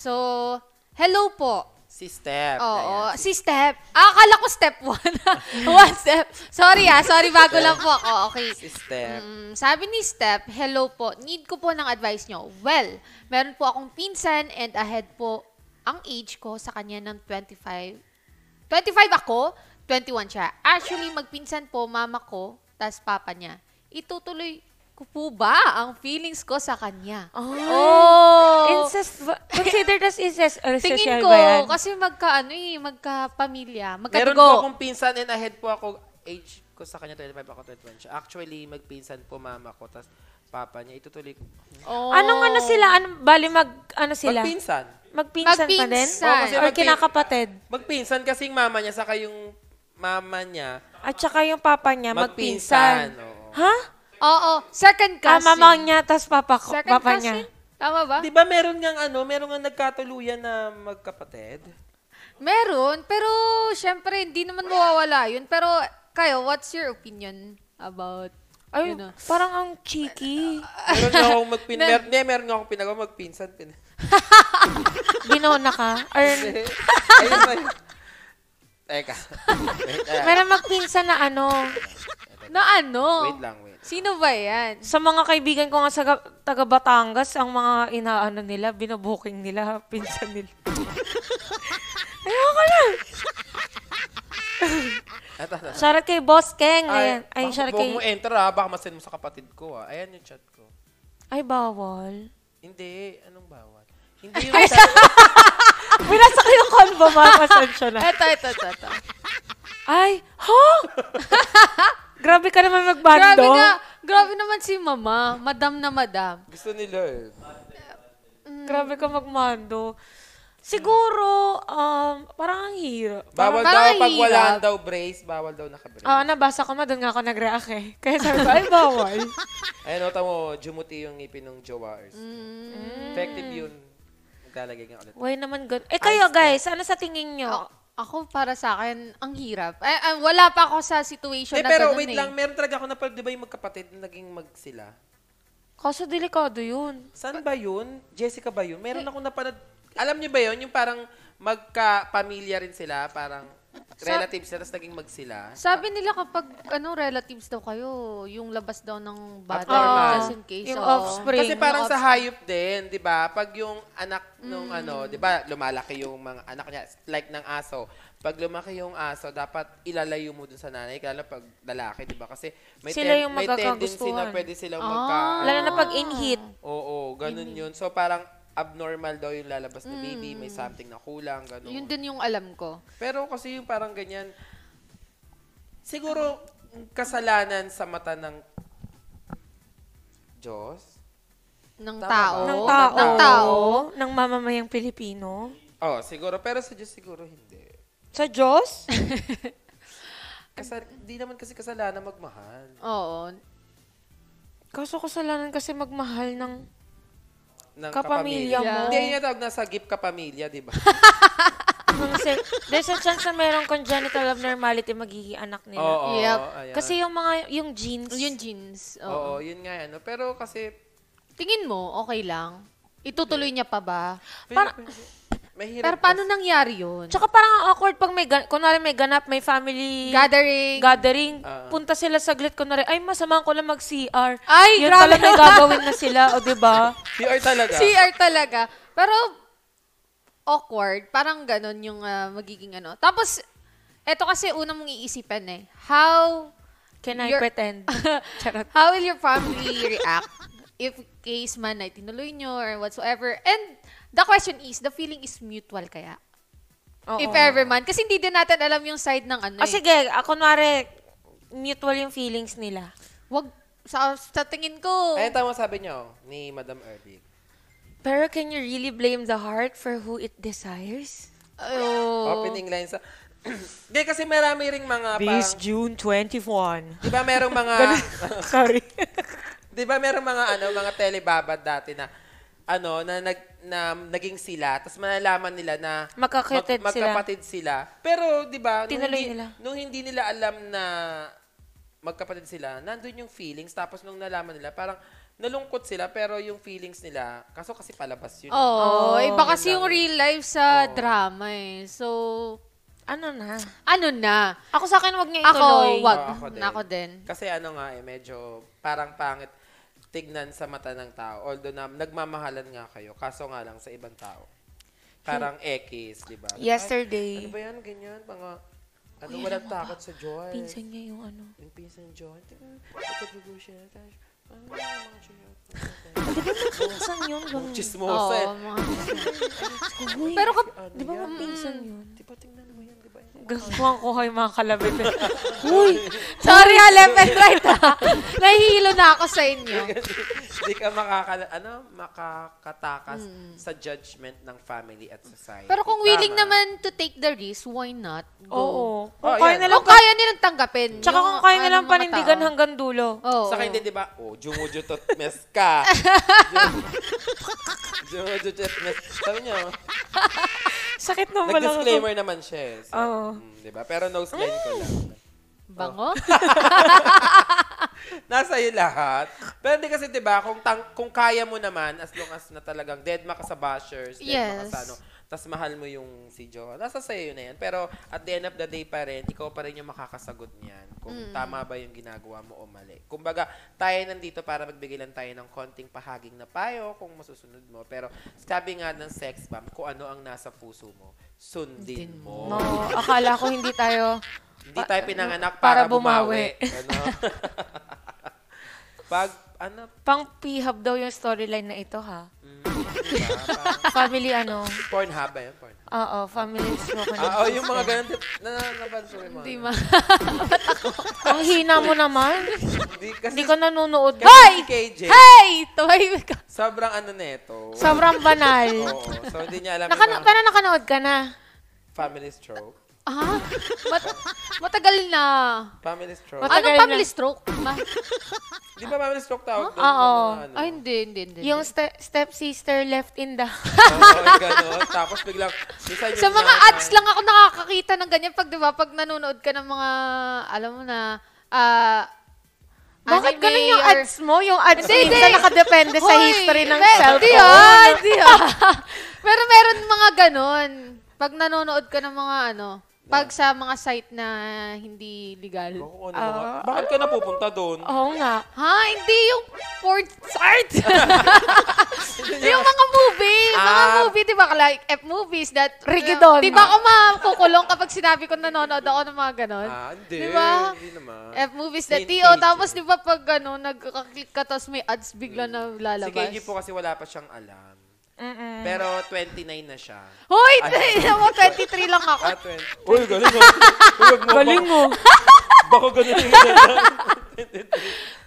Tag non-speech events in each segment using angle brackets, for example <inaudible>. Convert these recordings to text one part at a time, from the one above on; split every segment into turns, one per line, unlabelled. So, hello po.
Si Steph.
Oo,
ayan.
si Step. Ah, akala ko step one. <laughs> one step. Sorry ah, sorry, bago lang po ako. Okay.
Si Steph.
Mm, sabi ni Step, hello po, need ko po ng advice nyo. Well, meron po akong pinsan and ahead po ang age ko sa kanya ng 25. 25 ako, 21 siya. Actually, magpinsan po mama ko, tas papa niya. Itutuloy ko po ba ang feelings ko sa kanya?
Oh! Incest, ba- considered as incest or social
Tingin ko,
ba yan?
kasi magka, ano eh, magka-pamilya,
Meron po
magkadugo.
akong pinsan and ahead po ako. Age ko sa kanya, 25 ako, 21 siya. Actually, magpinsan po mama ko, tas papa niya. Itutuloy ko.
Oh.
Anong ano sila? Anong, bali mag, ano sila?
Magpinsan.
Magpinsan, pa din?
Magpinsan.
O,
kasi
or
magpin-
kinakapatid?
Magpinsan kasing mama niya, saka yung mama niya.
At saka yung papa niya, magpinsan.
oo.
Ha?
Oo, second
Ah,
cousin.
mama niya, tas papa, ko,
Second
papa
cousin?
niya.
Tama
Ah.
ba?
Di ba meron nga ano, meron nga nagkatuluyan na magkapatid?
Meron, pero syempre hindi naman mawawala yun. Pero kayo, what's your opinion about
Ay,
yun, ah?
parang ang <laughs> cheeky.
Meron nga akong magpin...
<laughs>
mer- Hindi, meron nga akong pinagawa magpinsan. Pin- <laughs>
Binona ka? Or,
Ayun ba yun?
<laughs>
Teka. Wait, ah,
meron magpinsan na ano.
na ano?
wait lang, wait.
Sino ba <laughs> yan?
Sa mga kaibigan ko nga sa ga- taga Batangas, ang mga inaano nila, binubuking nila, pinsan nila. Ayoko na.
Ito na.
Shoutout kay Boss Keng.
Ano
Ayan. Ay,
baka
shoutout
huwag
kay...
mo enter ha, baka masend mo sa kapatid ko ha. Ayan yung chat ko.
Ay, bawal.
Hindi, anong bawal? Hindi yung chat.
Binasa ko Ah, yung convo, mama. Asensya na.
Eto, eto, eto, eto.
Ay, ha? <laughs> Grabe ka naman magbando.
Grabe nga, grabe naman si mama. Madam na madam.
Gusto nila eh.
Grabe ka magmando. Siguro, um, parang ang hirap.
Bawal
Parang
daw pag
hirap.
walaan daw brace, bawal daw naka-brace.
Ah, nabasa ko ma, doon nga ako nag-react eh. Kaya sabi ko, ay, bawal.
Ayan, nota mo, jumuti yung ngipin ng jowa. or something.
Mm.
Effective yun. Maglalagay nga ulit.
Why naman gan... Eh, kayo guys, ano sa tingin nyo?
A- ako para sa akin, ang hirap. Ay, ay, wala pa ako sa situation
Hindi,
na
pero
ganun
wait
eh.
lang, meron talaga ako na pag, di ba yung magkapatid na naging mag sila?
Kaso delikado yun.
Saan ba yun? Jessica ba yun? Meron akong napanood. Alam niyo ba yun? Yung parang magka-pamilya rin sila, parang relatives sila, tapos naging mag sila.
Sabi nila kapag ano relatives daw kayo, yung labas daw ng bata
Abnormal.
just in case.
Yung
oo.
offspring.
Kasi parang sa hayop din, 'di ba? Pag yung anak nung
Mm.
ano, 'di ba, lumalaki yung mga anak niya like ng aso. Pag lumaki yung aso, dapat ilalayo mo dun sa nanay lalo pag lalaki, 'di ba? Kasi may
Sila
ten-
yung
may tendency na
magkakagustuhan. Ah.
pwede silang magka
Lalo na pag Mm. in-heat.
Oo, ganun 'yun. So parang abnormal daw yung lalabas na baby,
Mm.
may something na kulang, ganun.
Yun din yung alam ko.
Pero kasi yung parang ganyan, siguro kasalanan sa mata ng Diyos.
Ng
Tama ba?
tao.
Ng
Oo,
tao.
Oh. Ng tao.
Ng mamamayang Pilipino.
Oh, siguro. Pero sa Diyos siguro hindi.
Sa Diyos?
Kasi di naman kasi kasalanan magmahal.
Oo.
Kaso kasalanan kasi magmahal ng...
Ng kapamilya.
Kapamilya mo.
Hindi, yun yung tawag na sa gift kapamilya, di ba?
ng se- There's a chance na merong congenital abnormality magiging anak nila.
Oo.
Yep.
ayan.
Kasi yung mga, yung genes,
Yung jeans. Oo.
Oo, yun nga ano. Pero kasi,
Tingin mo, okay lang. Itutuloy niya pa ba?
para, mahirap.
Pero paano nangyari yun?
tsaka parang ang awkward pag may, gan- kunwari may ganap, may family
Gathering.
gathering,
Ah.
punta sila saglit, kunwari, ay, masamahan ko lang mag-CR.
Ay,
Yun
grabe.
pala may gagawin na sila, o diba?
PR talaga.
CR talaga. Pero, awkward. Parang ganon yung ah, magiging ano. Tapos, eto kasi una mong iisipan eh. How
Can I
You're-
pretend? <laughs> Charot.
<laughs> How will your family react if case man na tinuloy nyo or whatsoever? And the question is, the feeling is mutual kaya?
Oo.
If ever man. Kasi hindi din natin alam yung side ng ano
O
eh.
sige, ah, kunwari, mutual yung feelings nila.
eh. Wag, sa, sa tingin ko,
Ayun tama sabi niyo ni Madam Erling.
Pero can you really blame the heart for who it desires?
oh,
Opening line sa... <clears throat> Hindi, kasi marami ring mga parang...
June 21.
Di ba merong mga...
<laughs> Sorry.
Di ba merong mga ano, mga telebabad dati na ano na nag na naging sila tapos malalaman nila na
Magkakapatid sila.
magkapatid sila. Pero 'di ba nung
Tinuloy
hindi,
nila.
nung hindi nila alam na magkapatid sila, nandun yung feelings tapos nung nalaman nila parang nalungkot sila pero yung feelings nila, kaso kasi palabas
Oo,
yun. eh.
oh,
Oo,
iba kasi
ganda.
yung real life sa
Oo.
drama eh. So,
Ano na?
ano na?
Ako sa akin, wag niya
Ako,
ituloy.
wag.
Oo, ako din.
Ako din.
Kasi ano nga eh, medyo parang pangit tignan sa mata ng tao. Although na, nagmamahalan nga kayo, kaso nga lang sa ibang tao. Parang ekis, di ba? Ay, ano
Yesterday.
ba yan? Ganyan? Mga, ano, walang takot sa joy.
Pinsan niya yung ano.
Yung pinsan ni John. Pagkagugo siya. Tapos, ano, mga chill.
Pinsan yun. Bang,
Chismosa eh.
Oo, mga-
Uy,
Pero kap-
Ano
di ba mga pinsan yun?
Di ba tingnan mo yan? Di ba <laughs> yan?
Gagawang ko kayo mga <laughs> kalabit. Uy!
Sorry ha, left and right ha. Nahihilo na ako sa inyo.
Hindi ka makakala, ano, makakatakas sa judgment ng family at society.
Pero kung willing
Tama.
naman to take the risk, why not? Go.
<laughs> Oo. Kung
Oh,
kaya
yan.
nilang,
Kung kaya nilang tanggapin.
tsaka
yung,
kung kaya
ano,
nilang
mga
panindigan
tao.
hanggang dulo.
Oo.
Sa akin din, di ba? Oh, jumujutot mes ka. jumujutot mes. Sabi niyo,
Sakit naman ako.
nag-disclaimer naman siya eh. So,
Oo.
mm, di ba? Pero nose line ko lang.
Bango?
Nasa iyo lahat. Pero hindi kasi, di ba, kung, tang- kung kaya mo naman, as long as na talagang dead ma ka sa bashers, dead ma ka
Yes.
sa ano, tas mahal mo yung si Jo. Nasa sa'yo na yan. Pero at the end of the day pa rin, ikaw pa rin yung makakasagot niyan kung tama ba yung ginagawa mo o mali. Kumbaga, tayo nandito para magbigay lang tayo ng konting pahaging na payo kung masusunod mo. Pero sabi nga ng sex bomb, kung ano ang nasa puso mo, sundin mo.
No, akala ko hindi tayo.
Hindi tayo pinanganak para,
para
bumawi.
bumawi.
ano? Pag, ano,
Pang pihab daw yung storyline na ito ha.
mm, diba? Parang-
Family ano?
Pornhub ba yun? Porn.
Oo, family is broken.
Ah, oh, yung mga ganun. Na, na, nabansin ko yung mga
Di
ganun.
ba?
Ang hina mo
<laughs>
naman.
Hindi kasi,
Hindi ka nanonood.
kasi
Hoy!
si KJ,
<laughs> Hey! Tumahimik ka.
sobrang ano neto.
Sobrang banal.
Oo, so hindi niya alam
Nakanood
yung
ka
mga
na, nakanood ka na.
family stroke.
Ah? Mat- matagal na.
Family stroke.
Matagal
Anong
na.
family stroke? Ma-
Di ba family stroke tawag doon?
Oo.
Mga ano?
Ay, hindi, hindi, hindi.
Yung ste- stepsister left in the... <laughs>
Ano Oo, ganun. Tapos biglang, minsan yun
Sa mga
nga,
ads lang ako nakakakita ng ganyan pag 'di ba pag nanonood ka ng mga alam mo na ah
Bakit
anime
ganun yung
or-
ads mo? Yung ads
Hindi,
mo
hindi.
na nakadepende sa
Hoy,
history ng
me- Di ah,
cellphone.
di ah. Pero meron mga ganun. Pag nanonood ka ng mga ano, pag sa mga site na hindi legal.
Oo, ano mga,
Ah.
bakit ka napupunta doon?
<laughs>
Oh,
Oo nga.
Ha, hindi yung porn
<laughs>
site. yung mga movie, mga
Ah.
movie, di ba? Like F movies that
Rigidon.
Di ba ako makukulong kapag sinabi ko nanonood ako ng mga ganun?
Ah, hindi.
Di ba?
Hindi naman.
F movies that
Main
T.O.
page
Tapos
yun.
di ba pag ano, nagkaklik ka tapos may ads bigla na
Si
lalabas.
KG po kasi wala pa siyang alam.
Mm-mm.
Pero 29 na siya.
Hoy!
Ay.
<laughs> Ako, 23 lang ako.
Ah, 20. Uy, galing mo. Uy,
Galing mo.
Baka ganun yung <laughs> maganda.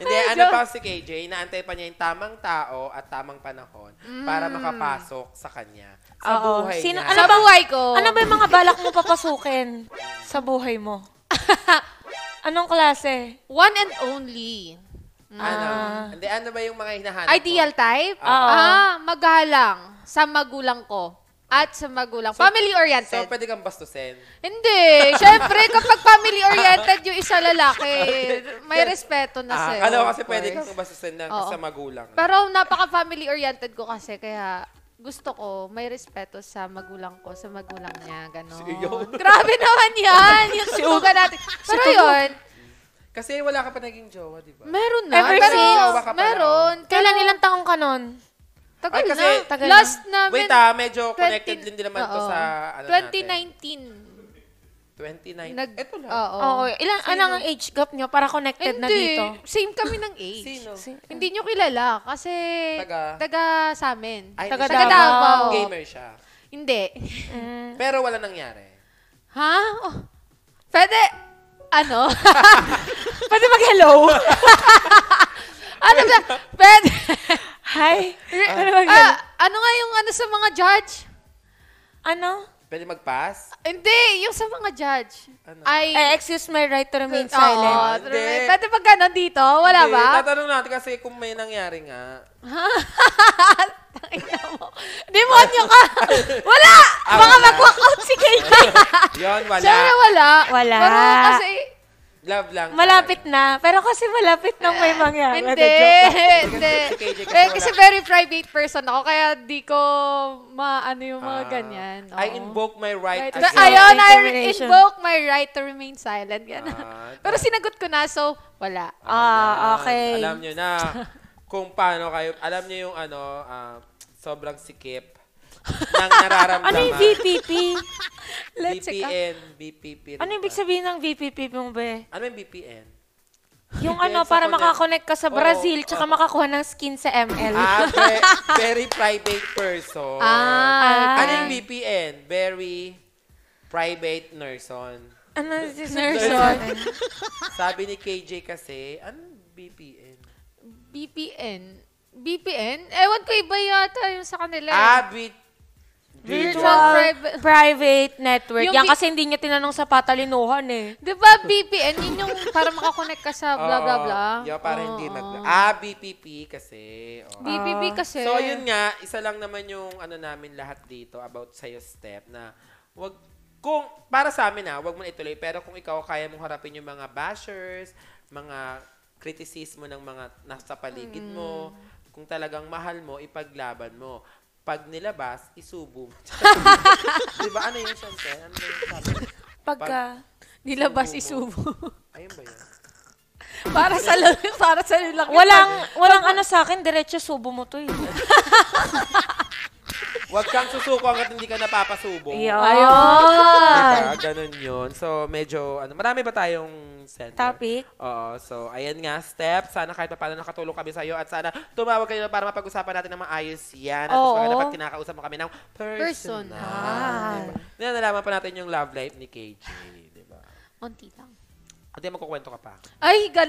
Hindi, ano
Diyos.
pa si KJ, inaantay pa niya yung tamang tao at tamang panahon para
Mm.
makapasok sa kanya. Sa
Oo.
buhay
Sino-
niya.
Sa
Ano ba-
buhay ko.
Ano ba yung mga balak mo papasukin sa buhay mo? Anong klase?
One and only.
Ano? Hindi, ano ba yung mga hinahanap mo?
Ah. Ideal type?
Oo.
Ah, magalang. Sa magulang ko. At sa magulang.
So,
family-oriented.
pwede kang bastusin.
Hindi. Siyempre, kapag family-oriented yung isa lalaki, may respeto na
Ah,
sa'yo.
alam ko kasi
of
pwede
course.
kang bastusin ng
Oo.
sa magulang.
Pero napaka-family oriented ko kasi kaya gusto ko may respeto sa magulang ko, sa magulang niya, gano'n.
Si Uyo.
Grabe naman
<laughs>
yan! Yung tutugan natin. Pero yun,
kasi wala ka pa naging jowa, di ba?
meron na.
Ever
pero,
since.
Jowa ka pa
meron.
Kailan ilang taong ka nun?
Tagal
Ay, kasi-
na.
Tagal na.
Last namin.
Wait ah, medyo connected
20
din din naman to
oo.
sa ano
2019.
natin. 29.
Nag,
Ito lang.
Oo.
Oo. Ilang, anong age gap nyo para connected na
Oh, Hindi.
dito?
Same kami
<laughs>
ng age.
Sino?
Si-
Hindi nyo kilala kasi
Taga?
sa amin.
Ay,
Taga
siya-
Davao.
Gamer siya.
Hindi.
Mm.
Pero wala nangyari.
Ha? Oh. Pwede, ano?
Pwede mag-hello?
<laughs>
<laughs>
ano ba? Pwede.
Hi? Pwede mag-hello?
Ah, ano nga yung ano sa mga judge?
Ano?
Pwede mag-pass?
Hindi, yung sa mga judge.
Ano?
Ay,
Eh, excuse my right to remain
Oo,
silent.
true.
Hindi.
Pwede pag ganun dito? Wala
Hindi,
ba?
Tatanong natin kasi kung may nangyari nga.
Tangina mo. Demonyo
<laughs>
ka! Wala!
Ah,
Baka
wala.
mag-walk out si KJ.
Yon, wala.
Sana wala.
Wala.
Pero kasi,
Love lang.
<laughs> Malapit na. Pero kasi malapit nang may mangyari.
Hindi, <laughs>
Joke lang.
hindi.
Si KJ kasi
Eh,
wala.
kasi very private person ako, kaya di ko maano yung mga
Ah,
ganyan.
I
oo.
invoke my right,
Right.
as
But
well.
ayun, I
Determination.
invoke my right to remain silent. Ganun.
Ah,
<laughs> Pero sinagot ko na, so wala.
Ah,
Ayan.
okay.
Alam nyo na kung paano kayo, alam nyo yung ano, ah, sobrang sikip ng nararamdaman.
Ano yung VPP?
<laughs> Let's check out.
BPN, BPP. rin
ano
ba?
ibig sabihin ng VPP mo, be?
Ano yung BPN?
Yung
Hindi,
ano,
sa
para
connect.
makakonect ka sa
Oo,
Brazil, tsaka
oo.
makakuha ng skin sa ML.
Ah, ve- very private person.
Ah,
Ano yung BPN? Very private person.
ano, si
Nurse.
Sabi ni KJ kasi, ano BPN?
BPN. BPN? Ewan ko iba yata yung sa kanila. eh.
Ah, bit-
Virtual private-
Virtual private network.
Yung
Yan
bi-
kasi hindi niya tinanong sa patalinuhan eh.
Di ba BPN? Yun yung para makakonect ka sa bla bla
Oo.
bla.
Yo, para
Oo, oo.
hindi mag... Ah, BPP kasi. Oo.
BPP kasi.
So, yun nga, isa lang naman yung ano namin lahat dito about sa'yo, Step, na wag kung, para sa amin ah, wag mo na ituloy, pero kung ikaw kaya mong harapin yung mga bashers, mga kritisismo ng mga nasa paligid mo, kung talagang mahal mo, ipaglaban mo. Pag nilabas, isubo. Di ba? Ano yun, Chantel? Ano ba yung sabi?
Pagka,
Nilabas
Subo.
isubo.
Ayun ba yun?
para sa lang, <laughs> para sa lang.
walang, walang ano sa akin, diretso subo mo to eh.
Wag kang susuko hanggat hindi ka napapasubo.
Ayun.
Diba? Ganun yun. So, medyo, ano, marami ba tayong center?
Topic?
Oo. So, ayan nga, Step. Sana kahit pa paano nakatulong kami sa'yo at sana tumawag kayo para mapag-usapan natin ng maayos yan. At
Oo.
mas maganda pag kinakausap mo kami ng personal.
Personal.
Diba? Nalalaman pa natin yung love life ni KJ. Diba?
Unti lang.
At magkukwento ka pa.
Ay, ganun.